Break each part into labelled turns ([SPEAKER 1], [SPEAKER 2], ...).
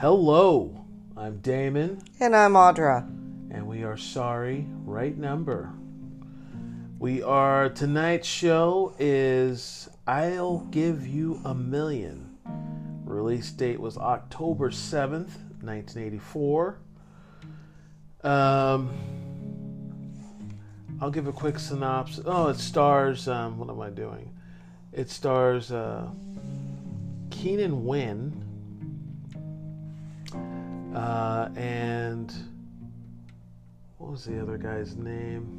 [SPEAKER 1] Hello, I'm Damon,
[SPEAKER 2] And I'm Audra.
[SPEAKER 1] and we are sorry, right number. We are tonight's show is I'll Give You a Million. Release date was October 7th, 1984. Um, I'll give a quick synopsis. Oh, it stars, um, what am I doing? It stars uh, Keenan Wynn uh, and what was the other guy's name?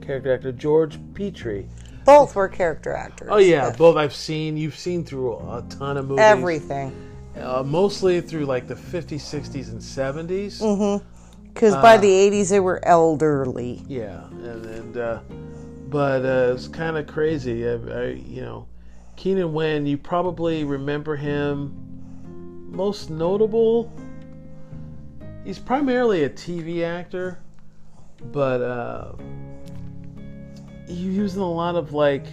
[SPEAKER 1] Character actor George Petrie.
[SPEAKER 2] Both were character actors.
[SPEAKER 1] Oh yeah, both I've seen. You've seen through a ton of movies.
[SPEAKER 2] Everything.
[SPEAKER 1] Uh, mostly through like the 50s, 60s, and 70s.
[SPEAKER 2] Because by
[SPEAKER 1] Uh.
[SPEAKER 2] the 80s, they were elderly.
[SPEAKER 1] Yeah, and, and uh, but uh, it's kind of crazy. I, I, you know, Keenan Wynn. You probably remember him most notable. He's primarily a TV actor, but uh, he's using a lot of like,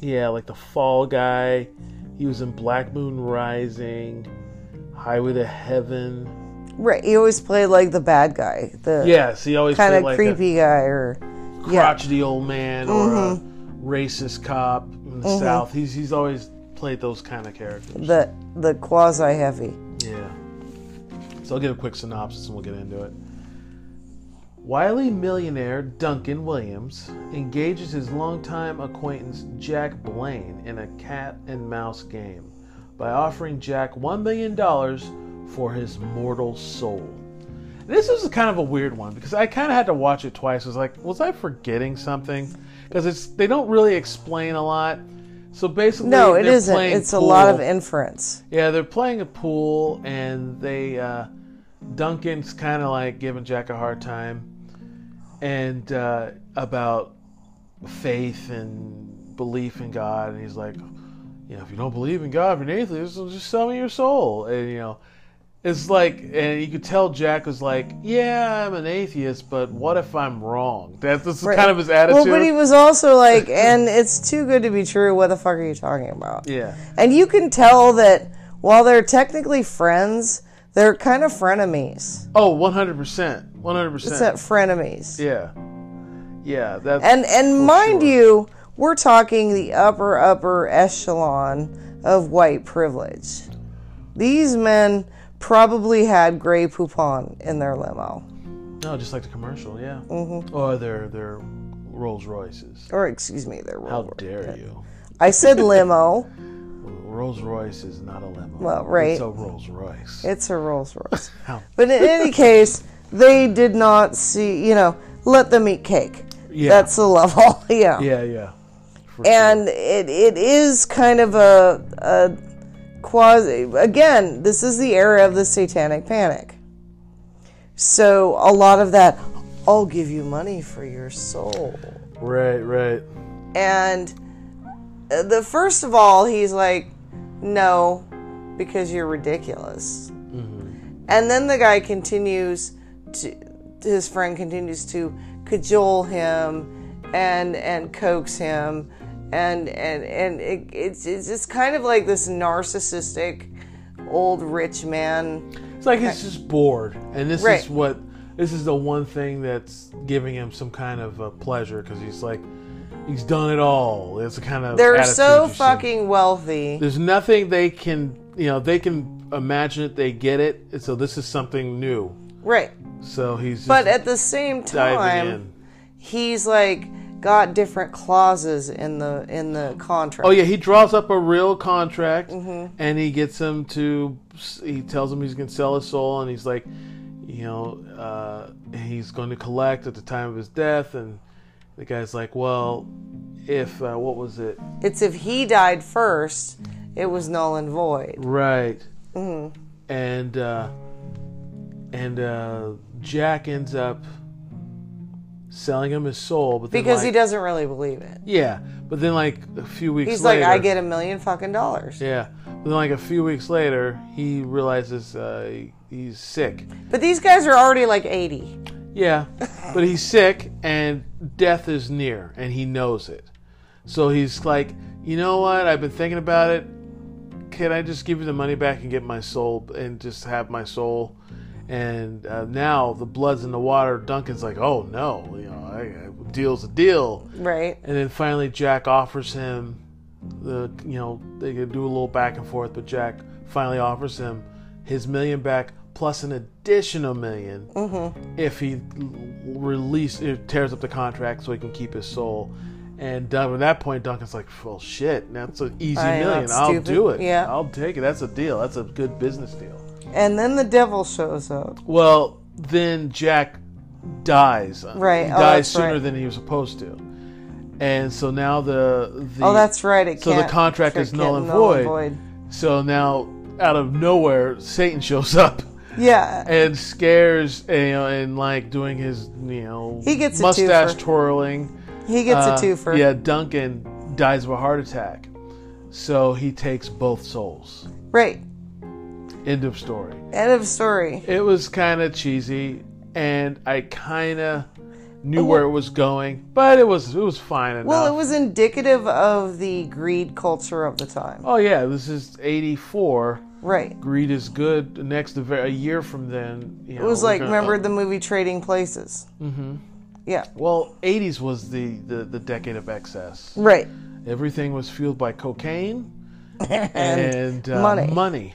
[SPEAKER 1] yeah, like the Fall Guy. He was in Black Moon Rising, Highway to Heaven.
[SPEAKER 2] Right. He always played like the bad guy, the
[SPEAKER 1] Yes, he always
[SPEAKER 2] kind
[SPEAKER 1] played,
[SPEAKER 2] of
[SPEAKER 1] like a-
[SPEAKER 2] creepy guy, or yeah,
[SPEAKER 1] crotchety old man or a racist cop in the South. He's he's always played those kind of characters.
[SPEAKER 2] the the quasi heavy.
[SPEAKER 1] Yeah. So I'll give a quick synopsis and we'll get into it. Wiley millionaire Duncan Williams engages his longtime acquaintance Jack Blaine in a cat and mouse game by offering Jack $1 million for his mortal soul. This is kind of a weird one because I kind of had to watch it twice. I was like, was I forgetting something? Because it's they don't really explain a lot. So basically,
[SPEAKER 2] No, it
[SPEAKER 1] they're
[SPEAKER 2] isn't.
[SPEAKER 1] playing
[SPEAKER 2] It's a lot of
[SPEAKER 1] pool.
[SPEAKER 2] inference.
[SPEAKER 1] Yeah, they're playing a pool, and they uh, Duncan's kind of like giving Jack a hard time, and uh, about faith and belief in God, and he's like, you know, if you don't believe in God, if you're an atheist, then just sell me your soul, and you know. It's like, and you could tell Jack was like, "Yeah, I'm an atheist, but what if I'm wrong?" That's, that's
[SPEAKER 2] Right.
[SPEAKER 1] kind of his attitude.
[SPEAKER 2] Well, but he was also like, and it's too good to be true. What the fuck are you talking about?
[SPEAKER 1] yeah,
[SPEAKER 2] And you can tell that while they're technically friends, they're kind of frenemies.
[SPEAKER 1] oh, one hundred percent, one hundred
[SPEAKER 2] It's not
[SPEAKER 1] percent.
[SPEAKER 2] frenemies.
[SPEAKER 1] Yeah, yeah. That's
[SPEAKER 2] And and mind
[SPEAKER 1] sure.
[SPEAKER 2] you, we're talking the upper upper echelon of white privilege. These men probably had gray poupon in their limo,
[SPEAKER 1] No, just like the commercial, yeah. Mm-hmm. Or their their Rolls Royces.
[SPEAKER 2] or excuse me, their
[SPEAKER 1] How
[SPEAKER 2] Rolls. Royce.
[SPEAKER 1] dare you?
[SPEAKER 2] I said limo.
[SPEAKER 1] Rolls Royce is not a limo.
[SPEAKER 2] Well, right.
[SPEAKER 1] It's a Rolls Royce.
[SPEAKER 2] it's a Rolls Royce.
[SPEAKER 1] How-
[SPEAKER 2] But in any case, they did not see. You know, let them eat cake.
[SPEAKER 1] Yeah.
[SPEAKER 2] That's the level. yeah.
[SPEAKER 1] yeah, yeah. For
[SPEAKER 2] and it, it is kind of a, a quasi again this is the era of the satanic panic so a lot of that i'll give you money for your soul
[SPEAKER 1] sure. right, right.
[SPEAKER 2] and uh, the first of all he's like no because you're ridiculous
[SPEAKER 1] Mm-hmm.
[SPEAKER 2] and then the guy continues to his friend continues to cajole him and and coax him and and and it, it's it's just kind of like this narcissistic old rich man
[SPEAKER 1] It's like he's just bored, and this
[SPEAKER 2] Right.
[SPEAKER 1] is what this is the one thing that's giving him some kind of uh, pleasure because he's like he's done it all. It's a kind of
[SPEAKER 2] they're
[SPEAKER 1] attitude
[SPEAKER 2] so
[SPEAKER 1] you see.
[SPEAKER 2] fucking wealthy
[SPEAKER 1] There's nothing they can you know they can imagine it. They get it. and So this is something new.
[SPEAKER 2] right
[SPEAKER 1] So he's just
[SPEAKER 2] but um, at the same
[SPEAKER 1] diving
[SPEAKER 2] time
[SPEAKER 1] in.
[SPEAKER 2] he's like got different clauses in the in the contract.
[SPEAKER 1] Oh yeah, he draws up a real contract,
[SPEAKER 2] Mm-hmm.
[SPEAKER 1] and he gets him to. He tells him he's gonna sell his soul, and he's like, you know, uh, he's going to collect at the time of his death, and the guy's like, well, if uh, what was it?
[SPEAKER 2] It's if he died first, it was null and void.
[SPEAKER 1] Right.
[SPEAKER 2] Mm-hmm.
[SPEAKER 1] And uh, and uh, Jack ends up selling him his soul, but then,
[SPEAKER 2] Because he
[SPEAKER 1] like-
[SPEAKER 2] doesn't really believe it.
[SPEAKER 1] Yeah, but then like a few weeks
[SPEAKER 2] He's
[SPEAKER 1] later,
[SPEAKER 2] like, I get a million fucking dollars.
[SPEAKER 1] Yeah, but then like a few weeks later, he realizes uh, he- he's sick.
[SPEAKER 2] But these guys are already like 80.
[SPEAKER 1] Yeah, but he's sick and death is near, and he knows it. So he's like, you know what? I've been thinking about it. can I just give you the money back and get my soul and just have my soul? And uh, now the blood's in the water. Duncan's like, oh no, you know, I, I, deal's a deal.
[SPEAKER 2] Right.
[SPEAKER 1] And then finally, Jack offers him the, you know, they could do a little back and forth, but Jack finally offers him his million back plus an additional 1000000
[SPEAKER 2] Mm-hmm.
[SPEAKER 1] if he l- release it tears up the contract so he can keep his soul. And Dun- at that point, Duncan's like, "Well, shit, that's an easy
[SPEAKER 2] I know,
[SPEAKER 1] million.
[SPEAKER 2] that's
[SPEAKER 1] I'll
[SPEAKER 2] stupid.
[SPEAKER 1] do it.
[SPEAKER 2] Yeah.
[SPEAKER 1] I'll take it. That's a deal. That's a good business deal."
[SPEAKER 2] And then the devil shows up.
[SPEAKER 1] Well, then Jack dies.
[SPEAKER 2] Right.
[SPEAKER 1] He
[SPEAKER 2] Oh,
[SPEAKER 1] dies
[SPEAKER 2] that's
[SPEAKER 1] sooner
[SPEAKER 2] right.
[SPEAKER 1] than he was supposed to. And so now the, the
[SPEAKER 2] Oh, that's right. It
[SPEAKER 1] so the
[SPEAKER 2] can't-
[SPEAKER 1] contract
[SPEAKER 2] it
[SPEAKER 1] is null
[SPEAKER 2] can't
[SPEAKER 1] and void. So now out of nowhere, Satan shows up
[SPEAKER 2] Yeah.
[SPEAKER 1] and scares and, you know, and like doing his you know
[SPEAKER 2] He gets a
[SPEAKER 1] mustache
[SPEAKER 2] twofer.
[SPEAKER 1] twirling.
[SPEAKER 2] He gets
[SPEAKER 1] Uh,
[SPEAKER 2] a twofer.
[SPEAKER 1] Yeah, Duncan dies of a heart attack. So he takes both souls.
[SPEAKER 2] Right.
[SPEAKER 1] End of story.
[SPEAKER 2] End of story.
[SPEAKER 1] It was kind of cheesy, and I kind of knew where it was going, but it was it was fine enough.
[SPEAKER 2] Well, it was indicative of the greed culture of the time.
[SPEAKER 1] oh yeah, this is '84.
[SPEAKER 2] Right.
[SPEAKER 1] Greed is good. The Next a year from then, you
[SPEAKER 2] It was like, remember
[SPEAKER 1] The-
[SPEAKER 2] the movie Trading Places? Mm-hmm. Yeah.
[SPEAKER 1] well, '80s was the, the the decade of excess.
[SPEAKER 2] Right.
[SPEAKER 1] Everything was fueled by cocaine and, uh,
[SPEAKER 2] money.
[SPEAKER 1] Money.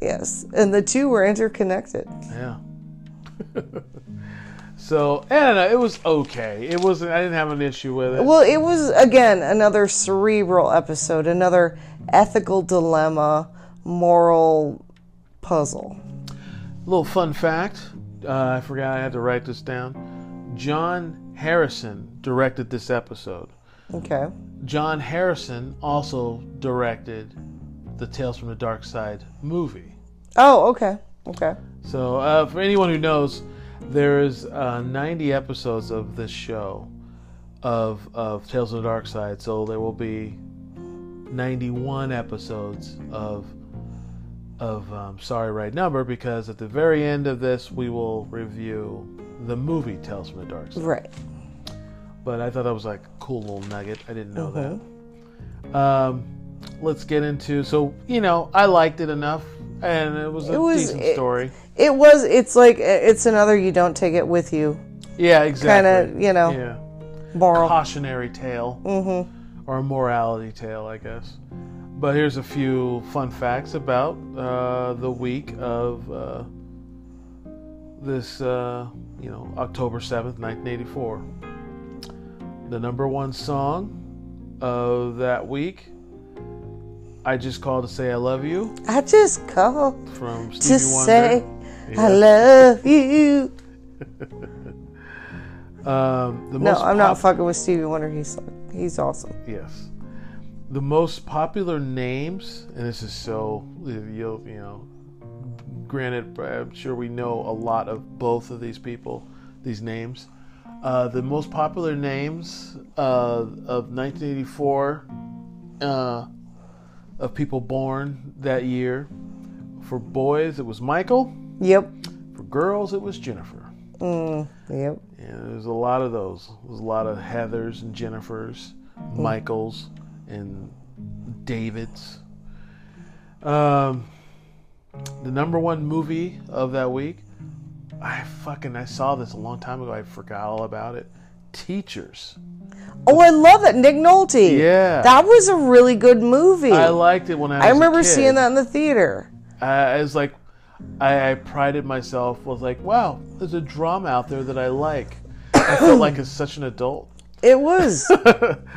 [SPEAKER 2] Yes. And the two were interconnected.
[SPEAKER 1] Yeah. so I don't know. It was okay. It wasn't. I didn't have an issue with it.
[SPEAKER 2] Well, it was, again, another cerebral episode, another ethical dilemma, moral puzzle.
[SPEAKER 1] Little fun fact. Uh, I forgot I had to write this down. John Harrison directed this episode.
[SPEAKER 2] Okay.
[SPEAKER 1] John Harrison also directed the Tales from the Dark Side movie.
[SPEAKER 2] Oh, okay. Okay.
[SPEAKER 1] So, uh, for anyone who knows, there is uh, 90 episodes of this show of of Tales of the Dark Side. So there will be 91 episodes of of um, Sorry Right Number because at the very end of this we will review the movie Tales from the Dark Side.
[SPEAKER 2] Right.
[SPEAKER 1] But I thought that was like a cool little nugget. I didn't know that. Um, let's get into so you know I liked it enough and it was a
[SPEAKER 2] It was-
[SPEAKER 1] decent
[SPEAKER 2] it-
[SPEAKER 1] story.
[SPEAKER 2] It was, it's like, it's another you don't take it with you
[SPEAKER 1] Yeah, exactly.
[SPEAKER 2] Kinda, you know.
[SPEAKER 1] Yeah.
[SPEAKER 2] moral.
[SPEAKER 1] Cautionary tale.
[SPEAKER 2] Mm-hmm.
[SPEAKER 1] Or a morality tale, I guess. But here's a few fun facts about uh, the week of uh, this, uh, you know, October 7th, 1984. The number one song of that week, I Just Called to Say I Love You
[SPEAKER 2] I just call
[SPEAKER 1] from Stevie
[SPEAKER 2] to
[SPEAKER 1] Wonder.
[SPEAKER 2] say
[SPEAKER 1] Yeah.
[SPEAKER 2] I love you.
[SPEAKER 1] Um, the
[SPEAKER 2] No,
[SPEAKER 1] most
[SPEAKER 2] I'm not
[SPEAKER 1] pop-
[SPEAKER 2] fucking with Stevie Wonder. He's he's awesome.
[SPEAKER 1] Yes. The most popular names, and this is so you'll you know. Granted, I'm sure we know a lot of both of these people, these names. Uh, the most popular names uh, of 1984 uh, of people born that year. For boys, it was Michael.
[SPEAKER 2] Yep,
[SPEAKER 1] For girls, it was Jennifer.
[SPEAKER 2] yep.
[SPEAKER 1] Yeah, there's a lot of those. There's a lot of Heathers and Jennifers,
[SPEAKER 2] Hmm.
[SPEAKER 1] Michaels and Davids. Um, the number one movie of that week, I fucking I saw this a long time ago. I forgot all about it. Teachers.
[SPEAKER 2] Oh, I love that Nick Nolte.
[SPEAKER 1] Yeah.
[SPEAKER 2] that was a really good movie.
[SPEAKER 1] I
[SPEAKER 2] I,
[SPEAKER 1] liked it when I. Was
[SPEAKER 2] remember
[SPEAKER 1] a kid.
[SPEAKER 2] seeing that in the theater.
[SPEAKER 1] I, I was like, I, I prided myself. Was like, wow, there's a drama out there that I like. I felt like it's such an adult.
[SPEAKER 2] It was,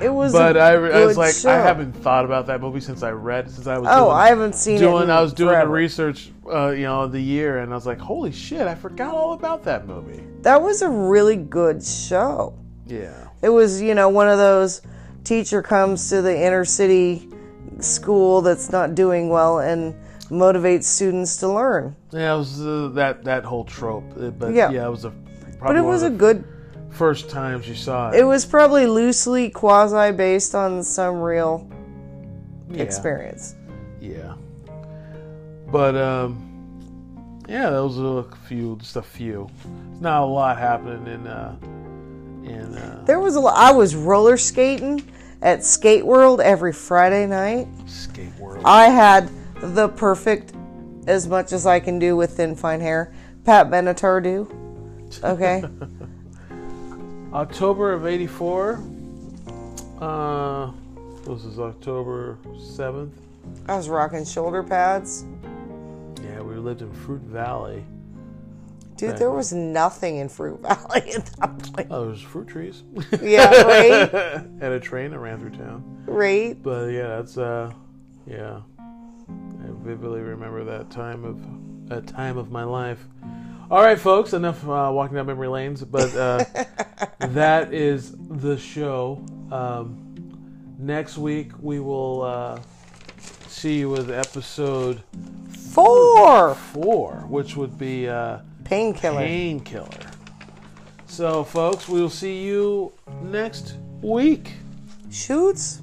[SPEAKER 2] it was.
[SPEAKER 1] But
[SPEAKER 2] a
[SPEAKER 1] I, re- I was
[SPEAKER 2] good
[SPEAKER 1] like,
[SPEAKER 2] show.
[SPEAKER 1] I haven't thought about that movie since I read since I was
[SPEAKER 2] Oh,
[SPEAKER 1] doing,
[SPEAKER 2] I haven't seen it.
[SPEAKER 1] doing
[SPEAKER 2] in
[SPEAKER 1] I was doing
[SPEAKER 2] forever.
[SPEAKER 1] the research, uh, you know, of the year, and I was like, holy shit, I forgot all about that movie.
[SPEAKER 2] That was a really good show.
[SPEAKER 1] Yeah,
[SPEAKER 2] It was, you know, one of those teacher comes to the inner city school that's not doing well and motivates students to learn.
[SPEAKER 1] yeah, it was uh, that that whole trope, uh, but yeah,
[SPEAKER 2] Yeah.
[SPEAKER 1] it was a probably
[SPEAKER 2] But it
[SPEAKER 1] one
[SPEAKER 2] was a
[SPEAKER 1] of the
[SPEAKER 2] good.
[SPEAKER 1] first times you saw it.
[SPEAKER 2] It was probably loosely quasi based on some real
[SPEAKER 1] yeah.
[SPEAKER 2] experience.
[SPEAKER 1] Yeah, but um, yeah, those are a few, just a few. It's not a lot happening in uh, in uh,
[SPEAKER 2] There was a lot. I was roller skating at Skate World every Friday night.
[SPEAKER 1] skate world.
[SPEAKER 2] I had the perfect, as much as I can do with thin, fine hair, Pat Benatar do. Okay.
[SPEAKER 1] October of 84. Uh, this is October 7th.
[SPEAKER 2] I was rocking shoulder pads.
[SPEAKER 1] Yeah, we lived in Fruit Valley.
[SPEAKER 2] Dude,
[SPEAKER 1] Right.
[SPEAKER 2] there was nothing in Fruit Valley at that point.
[SPEAKER 1] Oh, there's fruit trees.
[SPEAKER 2] Yeah, right?
[SPEAKER 1] and a train that ran through town.
[SPEAKER 2] right?
[SPEAKER 1] But yeah, that's, uh, yeah. I vividly remember that time of, a time of my life. All right, folks, enough uh, walking down memory lanes, but uh, that is the show. Um, next week, we will uh, see you with episode
[SPEAKER 2] Four
[SPEAKER 1] four, which would be uh,
[SPEAKER 2] painkiller.
[SPEAKER 1] Painkiller. So, folks, we will see you next week.
[SPEAKER 2] Shoots.